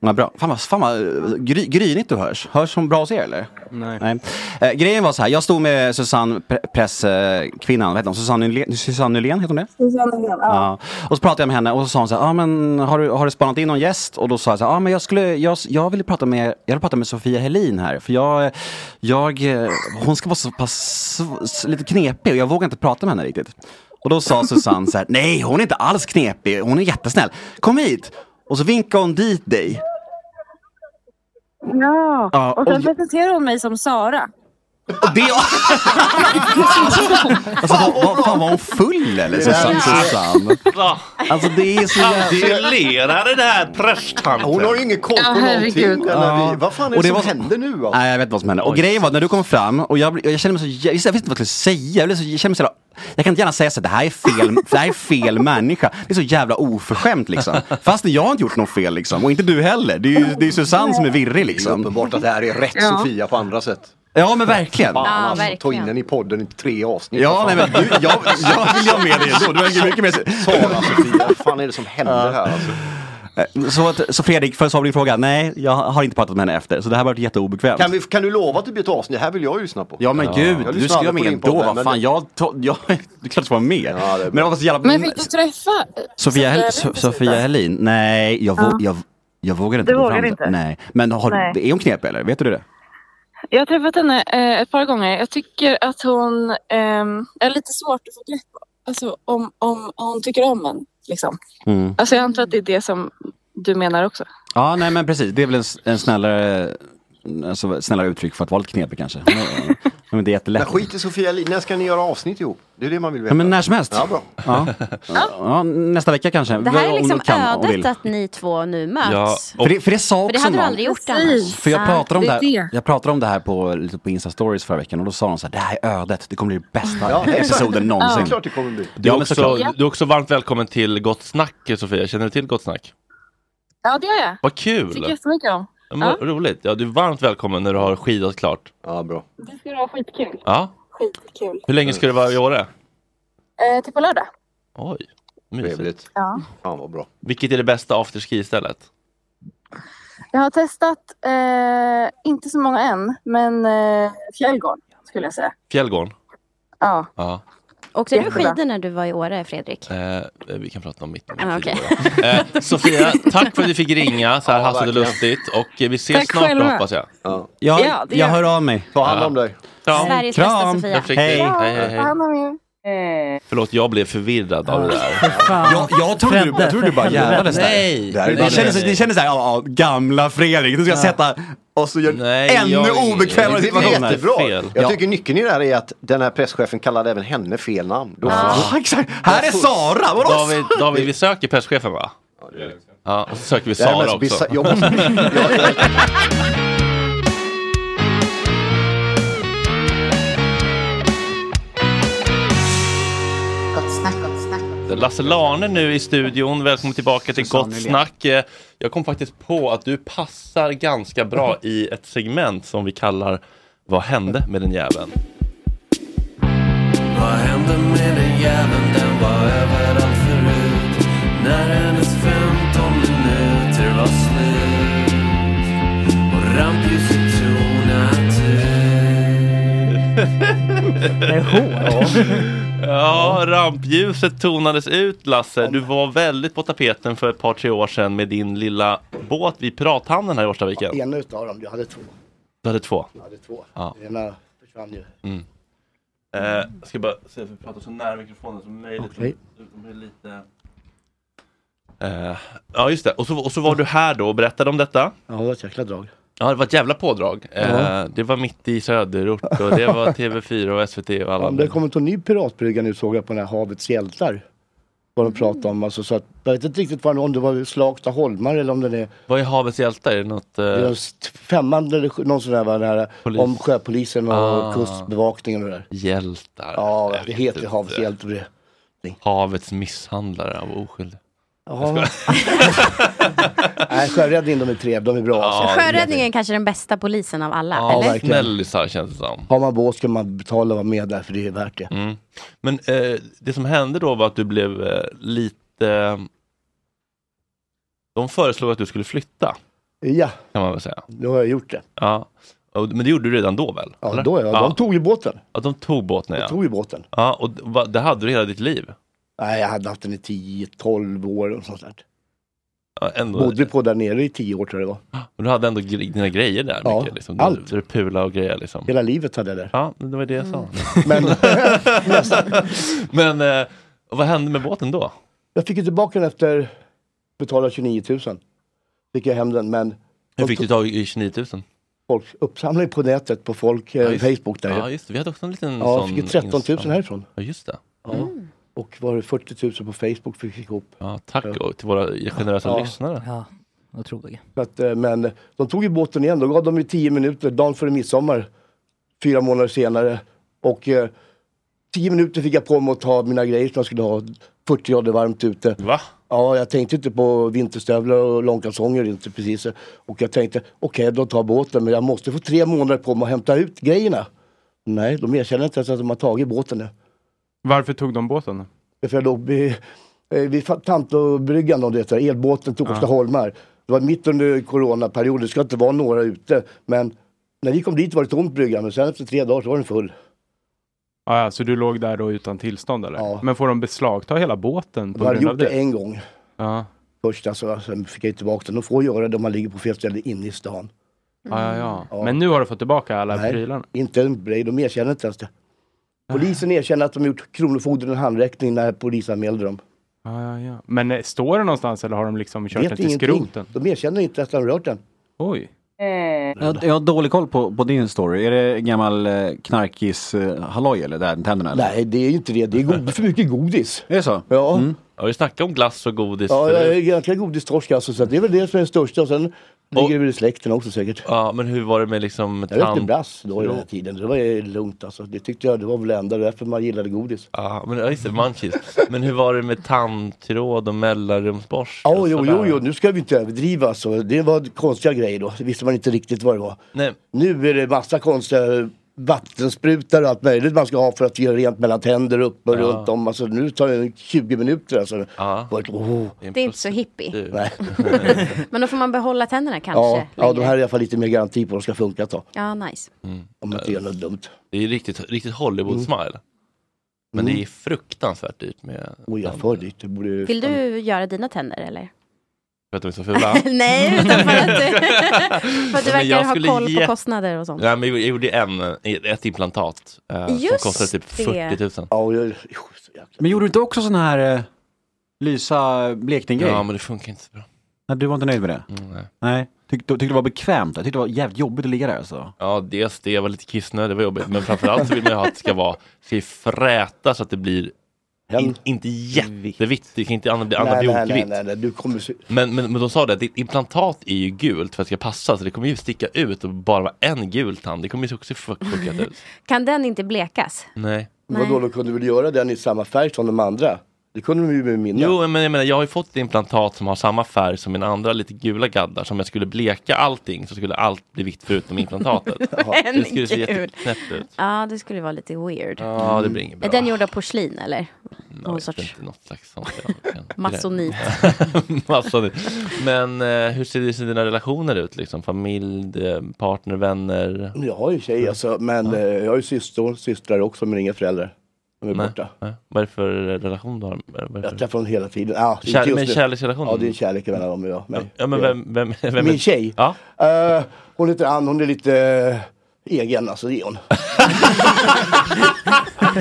S11: Ja, bra. Fan vad, fan vad gry, grynigt du hörs. Hörs hon bra hos er eller?
S6: Nej.
S11: Eh, grejen var så här, jag stod med Susanne, pre- presskvinnan, vad heter hon? Susanne Nylén, Susanne Nylén heter hon det?
S13: Susanne Helén, ja.
S11: Ja. Och så pratade jag med henne och så sa hon så här, ah, men har du, har du spanat in någon gäst? Och då sa jag så här, ah, men jag, skulle, jag, jag ville prata med, jag vill prata med Sofia Helin här. För jag, jag, eh, hon ska vara så pass, s- lite knepig och jag vågar inte prata med henne riktigt. Och då sa Susanne så här, nej hon är inte alls knepig, hon är jättesnäll. Kom hit! Och så vinkade hon dit dig.
S13: Ja,
S11: Ja,
S13: och
S11: och
S13: sen
S11: jag-
S13: presenterade hon mig som <laughs> Sara.
S11: Och det... Alltså, vad, vad, fan var hon full eller?
S5: Det där
S11: Susanne?
S5: är-
S11: Susanne. Alltså det är så
S5: Kancellerade det här prästtanten.
S9: Hon har ju ingen koll på
S11: Ja,
S9: någonting.
S11: herregud.
S9: Eller
S11: Ja.
S9: vi, vad fan är det,
S11: Och det
S9: som
S11: var så-
S9: händer nu? Alltså?
S11: Nej jag vet inte vad som hände. Och grejen var att när du kom fram och jag, jag kände mig så jä- jag visste inte vad jag skulle säga. Jag, blev så, jag kände mig så jävla, jag kan inte gärna säga så det här är fel, det här
S9: <laughs>
S11: är fel människa. Det är så jävla oförskämt liksom. Fast jag har inte gjort något fel liksom. Och inte du heller. Det är ju det är Susanne som är virrig liksom. Det är uppenbart att det här är
S9: Rätt Sofia på andra sätt.
S11: Ja men verkligen.
S9: Fan, alltså, ta in
S11: verkligen.
S9: den i podden i tre avsnitt.
S11: Ja, nej, men du- jag- jag vill ha med dig ändå. Du har ju mycket mer-
S9: Sara Sofia, vad fan är det som händer här alltså?
S11: Eh, Så, att, så Fredrik, för att svara på din fråga. Nej, jag har inte pratat med henne efter. Så det här har varit jätteobekvämt.
S9: Kan, vi, kan du lova att det blir ett avsnitt? Det här vill jag ju lyssna på.
S11: Ja men gud,
S9: Jag
S11: du
S9: lyssnar
S11: ska vara
S9: aldrig på
S11: med
S9: din podd,
S11: ändå. Vad
S9: men-
S11: fan, jag, to- <laughs> jag, det är klart du ska vara med. men jag var så jävla...
S13: Men fick du träffa
S11: Sofia, Hel- So- Sofia Helin? Nej, jag, vå-
S13: Ja.
S11: jag, jag vågar inte
S13: Du
S11: gå
S13: vågar
S11: fram där.
S13: inte?
S11: Nej, men har,
S13: Nej.
S11: är hon knepig eller? Vet du det?
S13: Jag har träffat henne eh, ett par gånger. Jag tycker att hon ehm, är lite svårt att få grepp om. Alltså om, om, om hon tycker om en. Liksom.
S11: Mm.
S13: Alltså jag antar att det är det som du menar också.
S11: Ja, nej men precis. Det är väl en, s- en snällare, alltså, snällare uttryck för att vara lite knepig kanske. Men, men det
S9: Men
S11: är jättelätt.
S9: skit i Sofia Lid, när ska ni göra avsnitt ihop? Det är det man vill veta.
S11: Ja, men när som helst.
S9: Ja, bra. <laughs>
S11: Ja. Ja, nästa vecka kanske.
S4: Det här är
S11: Om
S4: liksom
S11: du kan och vill.
S4: ödet att ni två nu möts.
S11: för, det, för det sa
S4: För det
S11: också
S4: hade du
S11: någon.
S4: aldrig gjort annars.
S13: Precis.
S11: För jag pratade, om det här,
S13: det.
S11: jag pratade om det här på, lite på Insta-stories förra veckan och då sa de så här, det här är ödet, det kommer bli det bästa
S9: Ja, exakt.
S11: episoden någonsin.
S9: Det är klart det kommer bli.
S5: Du, är
S11: Ja, men
S5: också,
S11: såklart.
S5: du är också varmt välkommen till Gott Snack, Sofia. Känner du till Gott Snack?
S13: Ja, det gör jag.
S5: Vad kul!
S13: Tycker jättemycket om.
S5: Ja, men vad Roligt. Ja, du är varmt välkommen när du har skidat klart.
S9: Ja, bra.
S13: Det ska vara skitkul.
S5: Ja.
S13: Skitkul.
S5: Hur länge ska du vara i Åre?
S13: Eh, till på lördag.
S5: Oj, mysigt.
S13: Ja.
S9: Fan vad bra.
S5: Vilket är det bästa afterski-stället?
S13: Jag har testat, eh, inte så många än, men eh, Fjällgården skulle jag säga.
S5: Fjällgården?
S13: Ja.
S5: Ja.
S4: Åkte du
S13: Jättebra.
S4: skidor när du var i Åre, Fredrik?
S5: Eh, vi kan prata om mitt.
S4: Ah, Okej. <laughs>
S5: Eh, Sofia, tack för att du fick ringa så här hastigt och lustigt. Och eh, vi ses
S4: Tack
S5: snart då,
S4: själva.
S5: hoppas jag.
S11: Jag,
S13: Ja, det
S11: jag
S13: gör-
S11: hör av mig.
S9: Ta hand om dig.
S5: Kram.
S4: Sveriges bästa
S5: Kram.
S4: Sofia.
S5: Försiktigt. Hej, hej, hej, hej.
S13: Ta hand om er. Eh,
S5: Förlåt, jag blev förvirrad av det där.
S11: Jag, jag trodde du, jag trodde du bara
S5: Fredde,
S11: jävlades där.
S5: nej.
S11: Det, här,
S5: Nej,
S11: det,
S5: nej,
S11: kändes,
S5: nej.
S11: det kändes såhär, ja, ja, gamla Fredrik, nu ska jag sätta och så gör
S5: Nej,
S11: ännu
S5: jag-
S11: obekvämare
S9: Det är
S11: situationer.
S9: jättebra. Jag
S11: Ja.
S9: tycker nyckeln i det här är att den här presschefen kallade även henne fel namn. Då-
S11: Ja, exakt. Här är
S9: Då-
S11: Sara, vadå?
S5: David, David, vi söker presschefen va? Ja, och så söker vi
S9: Det här är
S5: Sara
S9: mest
S5: också.
S11: <laughs>
S9: bisar- jag måste- <laughs>
S18: Gott snack, gott snack.
S5: <laughs> Lasse Larne nu i studion, välkommen tillbaka till
S18: Susanne
S5: Gott
S18: Nylén.
S5: Snack. Eh, Jag kom faktiskt på att du passar ganska bra i ett segment som vi kallar Vad hände med den jäveln?
S8: Vad hände med den jäveln? Den var överallt förut. När hennes 15 minuter var slut och rampljuset tonat ut.
S5: Ja, rampljuset tonades ut Lasse. Du var väldigt på tapeten för ett par tre år sedan med din lilla båt vid Pirathamnen här i Årstaviken?
S18: En utav dem, jag hade två.
S5: Du hade två?
S18: Jag hade två.
S5: Ja.
S18: Den ena försvann ju.
S5: Mm. Eh, ska bara se att vi pratar så nära mikrofonen som möjligt.
S18: Okej.
S5: De blir lite... <laughs> Eh, ja just det, och så, och så var du här då och berättade om detta.
S18: Ja, det var ett jäkla drag.
S5: Ja det var ett jävla pådrag. Eh,
S18: Ja.
S5: Det var mitt i söderort och det <laughs> var TV4 och SVT och alla.
S18: Ja, men det kommer inte en ny piratbrygga nu såg jag på den här Havets hjältar. Vad de pratade om. Alltså, så att, jag vet inte riktigt vad, om det var Slagsta holmar eller om den är
S5: Vad är havets hjältar? Är det något... eh,
S18: det är st- femman eller sj- någon sån där, var den här
S5: Polis.
S18: om sjöpolisen och
S5: Ah.
S18: kustbevakningen och det där.
S5: Hjältar?
S18: Ja,
S5: Jag
S18: det
S5: vet
S18: heter
S5: inte.
S18: Havets hjältar. det.
S5: Havets misshandlare av <laughs> oskyldiga.
S18: Ja. Nej, sjöräddningen de är trevliga, de är bra.
S4: <laughs>
S18: alltså.
S4: Sjöräddningen är kanske den bästa polisen av alla.
S5: Ja,
S4: eller?
S5: verkligen. Snällisar känns det som.
S18: Har man båt ska man betala och vara med där för det är värt det.
S5: Mm. Men eh, det som hände då var att du blev eh, lite... De föreslog att du skulle flytta,
S18: Ja,
S5: kan man väl säga.
S18: då har jag gjort det.
S5: Ja. Och, men det gjorde du redan då väl?
S18: Ja,
S5: eller?
S18: då, ja. De tog ju båten.
S5: Ja, de tog båten ja.
S18: De tog ju båten.
S5: Ja, och d- va, det hade du hela ditt liv?
S18: Nej, jag hade haft den i 10-12 år och sånt där.
S5: Ja, ändå,
S18: Bodde på där nere i 10 år tror jag det var.
S5: men du hade ändå gre- dina grejer där?
S18: Ja,
S5: mycket, liksom. du,
S18: allt.
S5: Du pula och grejer liksom.
S18: Hela livet hade jag där. Mm.
S5: Ja, det var det jag sa.
S18: Men,
S5: <laughs> men eh, vad hände med båten då?
S18: jag fick ju tillbaka den efter betala 29 000. Fick jag hem den, men
S5: Hur fick du tag i 29 000?
S18: folk uppsamlar ju på nätet, på folk, eh,
S5: just-
S18: Facebook där.
S5: Ja, just det. Vi hade också en liten
S18: Ja,
S5: sån...
S18: fick ju 13 000
S5: insamling.
S18: härifrån.
S5: Ja, just det.
S18: Ja. Och var det 40 000 på Facebook fick vi ihop.
S5: Ja, tack och till våra generösa
S18: Ja.
S5: lyssnare.
S18: Ja,
S3: otroligt.
S18: Så att, eh, men de tog ju båten igen, då gav de ju 10 minuter dagen före midsommar. Fyra månader senare. Och eh, 10 minuter fick jag på mig att ta mina grejer som jag skulle ha. 40 grader varmt ute.
S5: Va?
S18: Ja, jag tänkte inte på vinterstövlar och långkalsonger inte precis. Och jag tänkte, okej då tar båten men jag måste få tre månader på mig att hämta ut grejerna. Nej, de erkänner inte ens att de har tagit båten nu.
S6: Varför tog de båten?
S18: För jag låg vid, eh, vid Tantobryggan, om det heter, elbåten till
S6: Ja.
S18: Årstaholmar. Det var mitt under coronaperioden, det ska inte vara några ute. Men när vi kom dit var det tomt på bryggan, men sen efter tre dagar så var den full.
S6: Ah, ja, så du låg där då utan tillstånd eller? Men får de beslagta hela båten på
S18: Jag hade
S6: grund av
S18: gjort det
S6: det?
S18: en gång
S6: Ja.
S18: först, alltså, sen fick jag ju tillbaka den. De får göra det om man ligger på fel ställe inne i stan.
S6: Ja,
S18: Mm.
S6: ja, ja. Men nu har du fått tillbaka alla prylarna?
S18: inte en brej, de erkänner inte ens det.
S6: Äh.
S18: Polisen erkänner att de gjort Kronofogden en handräckning när polisanmälde dem.
S6: Ja, ja, ja. Men eh, står det någonstans eller har de liksom kört
S18: Vet
S6: den till
S18: ingenting.
S6: skroten?
S18: De erkänner inte att de rört den.
S6: Oj.
S11: Jag, jag har dålig koll på, på din story. Är det gammal eh, knarkis eh, halloj eller där tänderna? Eller?
S18: Nej, det är inte det. Det är god, för mycket godis.
S11: Är det så? Mm.
S18: Ja.
S5: Ja, vi snackade om glass och godis
S18: Ja, jag är
S5: förut.
S18: ganska godistorsk alltså, så att det är väl det som är det största. Och sen ligger det väl i släkten också säkert.
S5: Ja, men hur var det med liksom
S18: Jag rökte
S5: tant-
S18: brass då i den här tiden, det var ju lugnt alltså. Det tyckte jag, det var väl enda därför man gillade godis.
S5: Ja, men ja, just det, munchies. Men hur var det med tandtråd och mellanrumsborst?
S18: Ja,
S5: och
S18: jo,
S5: sådär?
S18: jo, jo, nu ska vi inte överdriva alltså. Det var konstiga grejer då, det visste man inte riktigt vad det var.
S5: Nej.
S18: Nu är det massa konstiga vattensprutar och allt möjligt man ska ha för att göra rent mellan tänder upp och
S5: Ja.
S18: runt om. Alltså, nu tar det 20 minuter alltså.
S5: Ja.
S18: Bara, åh.
S4: Det är inte så hippie.
S18: Nej.
S4: Men då får man behålla tänderna
S18: ja,
S4: <laughs> kanske.
S18: ja, de här är i alla fall lite mer garanti på att de ska funka ett tag.
S4: Ja, nice.
S5: Mm.
S18: Om man inte gör något dumt.
S5: Det är riktigt, riktigt Hollywood-smile. Men det är fruktansvärt dyrt med...
S18: Mm. Oj, ja, för dyrt. Det borde...
S4: Vill du göra dina tänder eller?
S5: För att de är så fula?
S4: <laughs> Nej,
S5: <laughs>
S4: utan för att du, för att du
S5: Men jag
S4: verkar ha
S5: skulle
S4: koll på
S5: jätte-
S4: kostnader och sånt.
S5: Nej, men jag gjorde en, ett implantat eh,
S4: Just
S5: som kostade typ
S4: det.
S5: 40 000.
S18: Ja, jag,
S11: Men gjorde du inte också sån här eh, lysa eh, blekning-grej?
S5: Ja, men det funkar inte så bra. Mm,
S11: Nej, du var inte nöjd med det?
S5: nej.
S11: Tyckte, tyckte det var bekvämt? Jag tyckte det var jävligt jobbigt att ligga där alltså.
S5: Ja, dels det, jag var lite kissnödig, det var jobbigt. Men framförallt så vill man ju ha att det ska vara, ska ju fräta så att det blir in, inte jättevitt. Det kan inte Anna bli Anna
S18: nej, nej, nej,
S5: Björk-vitt.
S18: nej, nej, du kommer se...
S5: Men, men, men de sa det att ditt implantat är ju gult för att det ska passa så det kommer ju sticka ut och bara vara en gul tand. Det kommer ju också fuck- fuckat ut.
S4: Kan den inte blekas?
S5: Nej.
S4: Nej.
S18: Vadå, de kunde väl göra den i samma färg som de andra? Det kunde de ju med mina.
S5: Jo, men jag menar, jag har ju fått ett implantat som har samma färg som mina andra lite gula gaddar. Så om jag skulle bleka allting så skulle allt bli vitt
S4: <laughs>
S5: förutom implantatet. det skulle se
S4: Herregud.
S5: jätteknäppt ut.
S4: Ja, det skulle vara lite weird.
S5: Ja, det blir inget bra.
S4: Är den gjord av porslin eller? Någon
S5: Det är
S4: sorts
S5: inte något slags sånt. jag kan-
S4: masonit.
S5: <laughs> Masonit. Men eh, hur ser, ser dina relationer ut? Liksom? Familj, eh, partner, vänner?
S18: Jag har ju tjej alltså, men eh, jag har ju syster, systrar också men inga föräldrar. De är
S5: Nej.
S18: borta.
S5: Nej. Vad är det för relation du har? Vad är det för-
S18: Jag träffar dem hela tiden. Ja,
S5: Kär-
S18: just
S5: men
S18: nu.
S5: kärleksrelation?
S18: Ja, det är en kärlek mellan dem och jag. mig.
S5: Ja men
S18: Det är-
S5: vem, vem, vem
S18: Min tjej?
S5: Ja.
S18: Eh, hon heter Ann, hon är lite eh, egen alltså, det är
S5: <laughs>
S18: hon.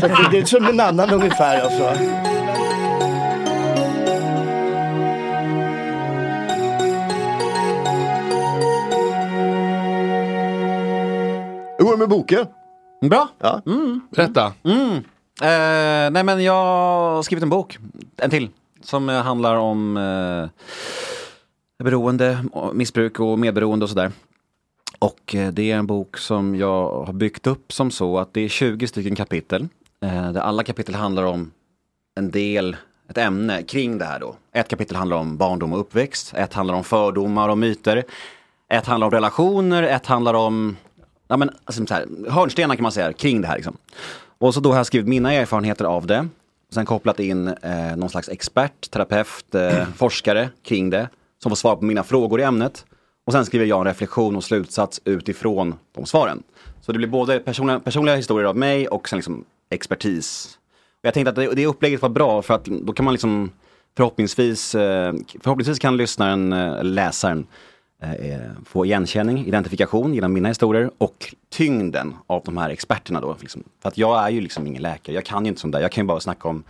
S18: Så det, det är som en annan ungefär alltså.
S9: Hur går det med boken?
S11: Bra.
S9: Ja.
S5: Berätta.
S11: Mm. Eh, nej men jag har skrivit en bok, en till, som eh, handlar om eh, beroende, och missbruk och medberoende och sådär. Och eh, det är en bok som jag har byggt upp som så att det är 20 stycken kapitel, eh, där alla kapitel handlar om en del, ett ämne kring det här då. Ett kapitel handlar om barndom och uppväxt, ett handlar om fördomar och myter, ett handlar om relationer, ett handlar om ja, men, alltså, så här, hörnstenar kan man säga kring det här. Liksom. Och så då har jag skrivit mina erfarenheter av det. Sen kopplat in eh, någon slags expert, terapeut, eh, forskare kring det. Som får svara på mina frågor i ämnet. Och sen skriver jag en reflektion och slutsats utifrån de svaren. Så det blir både personliga, personliga historier av mig och sen liksom expertis. Och jag tänkte att det, det upplägget var bra för att då kan man liksom förhoppningsvis, eh, förhoppningsvis kan lyssnaren, eh, läsaren eh, få igenkänning, identifikation genom mina historier och tyngden av de här experterna då. Liksom. För att jag är ju liksom ingen läkare, jag kan ju inte sånt där. Jag kan ju bara snacka om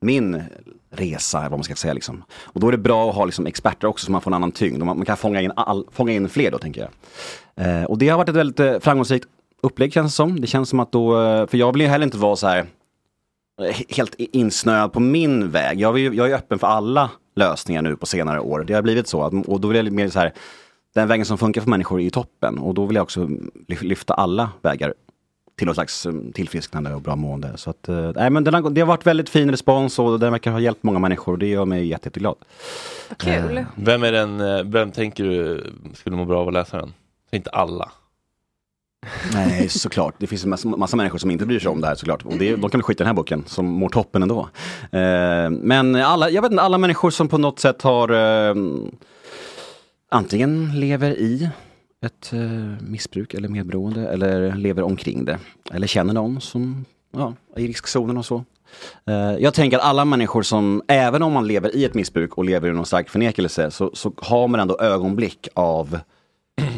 S11: min resa, eller vad man ska säga. Liksom. Och då är det bra att ha liksom, experter också så man får en annan tyngd. Och Man, man kan fånga in, all, fånga in fler då, tänker jag. Eh, och det har varit ett väldigt eh, framgångsrikt upplägg känns det som. Det känns som att då, eh, för jag vill ju heller inte vara så här eh, helt i- insnöad på min väg. Jag är, ju, jag är ju öppen för alla lösningar nu på senare år. Det har blivit så. Att, och då vill jag lite mer så här, den vägen som funkar för människor är ju toppen. Och då vill jag också lyf- lyfta alla vägar till någon slags eh, tillfrisknande och bra mående. Så att, eh, nej, men den har, det har varit väldigt fin respons och den verkar ha hjälpt många människor. och Det gör mig jätte, jätteglad.
S5: Eh, Vem är den, eh, vem tänker du skulle må bra av att läsa den? Säg Inte alla.
S11: Nej, såklart. Det finns en massa, massa människor som inte bryr sig om det här såklart. Och det, de kan skita i den här boken, som mår toppen ändå. Eh, men alla, jag vet inte, alla människor som på något sätt har eh, antingen lever i ett eh, missbruk eller medberoende eller lever omkring det. Eller känner någon som ja, är i riskzonen och så. Eh, jag tänker att alla människor som, även om man lever i ett missbruk och lever i någon stark förnekelse, så, så har man ändå ögonblick av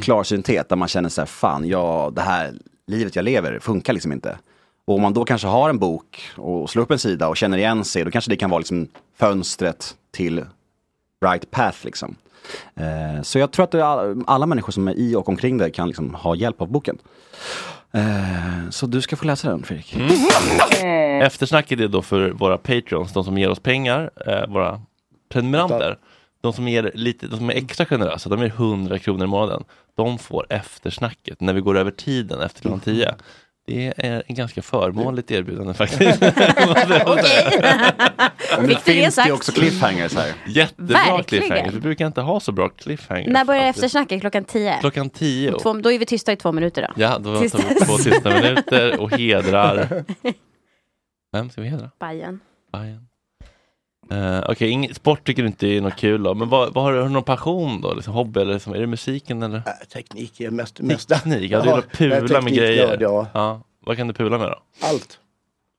S11: klarsynthet där man känner så här, fan, ja, det här livet jag lever funkar liksom inte. Och om man då kanske har en bok och slår upp en sida och känner igen sig, då kanske det kan vara liksom fönstret till right path liksom. Eh, så jag tror att det är all- alla människor som är i och omkring det kan liksom ha hjälp av boken. Eh, så du ska få läsa den Fredrik.
S5: Mm. Eftersnack är det då för våra patrons, de som ger oss pengar, eh, våra prenumeranter. De som, ger lite, de som är extra generösa, de ger 100 kronor i månaden. De får eftersnacket när vi går över tiden efter klockan 10. Det är en ganska förmånligt erbjudande faktiskt. <laughs>
S4: Men det Fick du det finns ju sagt? också
S11: cliffhangers här.
S5: Jättebra
S4: Verkligen.
S5: cliffhangers. Vi brukar inte ha så bra cliffhangers.
S4: När börjar
S5: Alltid.
S4: eftersnacket? Klockan tio?
S5: Klockan 10.
S4: Om två, då är vi tysta i två minuter då.
S5: Ja, då
S4: Tills
S5: tar vi
S4: dess.
S5: två tysta minuter och hedrar. Vem ska vi hedra?
S4: <laughs> Bajen.
S5: Bajen. Eh, Okej, ing- sport tycker du inte är något kul då, men vad, vad har, du, har du någon passion då? Liksom hobby eller liksom, är det musiken eller?
S18: Teknik är mest... mest
S5: Teknik? Ja, du
S18: Ja,
S5: gillar att pula med
S18: tekniknörd,
S5: grejer.
S18: ja.
S5: Vad kan du pula med då?
S18: Allt.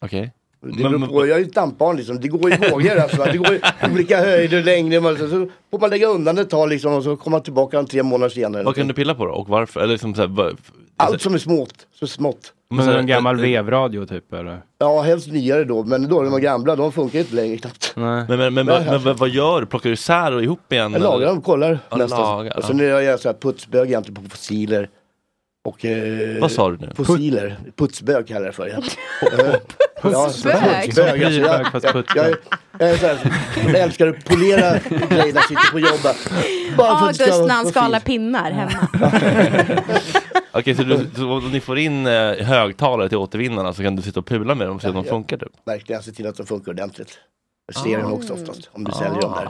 S5: Okej.
S18: Det beror på, jag är ju ett dampbarn liksom. Det
S5: <laughs>
S18: går i vågor alltså. va? Det går i olika höjder, längder. man- Så så får man lägga undan ett tag liksom och så kommer man tillbaka en tre månader senare.
S5: Vad kan du pilla på då och varför? Eller liksom, så här, vad-
S18: Allt som är smått, så smått.
S6: Men en gammal
S5: eh,
S6: vevradio typ eller?
S18: Ja, helst nyare då. Men då, de var gamla, de funkar inte längre <laughs> knappt.
S5: Men, men, men,
S18: Nej,
S5: vad- men, vad- vad gör du? Plockar du isär och ihop igen?
S18: Jag lagar
S5: eller?
S18: dem, kollar
S5: Ja,
S18: nästan. Alltså,
S5: lagar,
S18: och
S5: ja.
S18: sen är jag så här putsbög egentligen på fossiler. Och, eh,
S5: Vad sa du nu?
S18: Fossiler. Putsbög kallar jag det för.
S5: <laughs>
S18: Ja. Eh, ja,
S5: Putsbög?
S18: putsbög, alltså, jag,
S5: Putsbög, fast
S18: jag,
S5: putsbög.
S18: jag, jag, är så här, jag älskar att polera grejer när jag sitter på jobbet. Bara för att det ska
S4: August
S18: vara
S4: när han
S18: så
S4: skalar
S18: fint.
S4: pinnar hemma.
S5: <laughs> Okej, så, du, så om ni får in eh, högtalare till återvinnarna så kan du sitta och pula med dem och se om de
S18: ja.
S5: funkar typ?
S18: Verkligen se till att de funkar ordentligt. Jag ser dem också oftast, om du
S5: Ah.
S18: säljer dem där.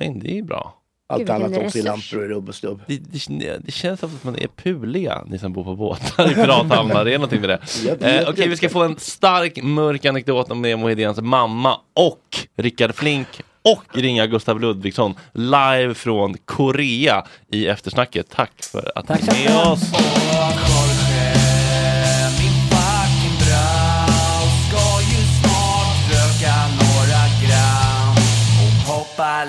S5: Nej, det är ju bra.
S18: Allt
S5: Gud, vilken
S18: annat också i
S5: resurs.
S18: lampor och rubb och stubb.
S5: Det, det, det känns som att man är puliga, ni som bor på båtar i pirathamnar. Det är någonting med det. Eh,
S18: Jag
S5: Okej,
S18: vet
S5: vi ska få en stark mörk anekdot om Nemo Hedéns mamma och Rickard Flink och ringa Gustav Ludvigsson live från Korea i eftersnacket. Tack för att ni är med oss.
S8: Jorge, min fucking brau ska ju snart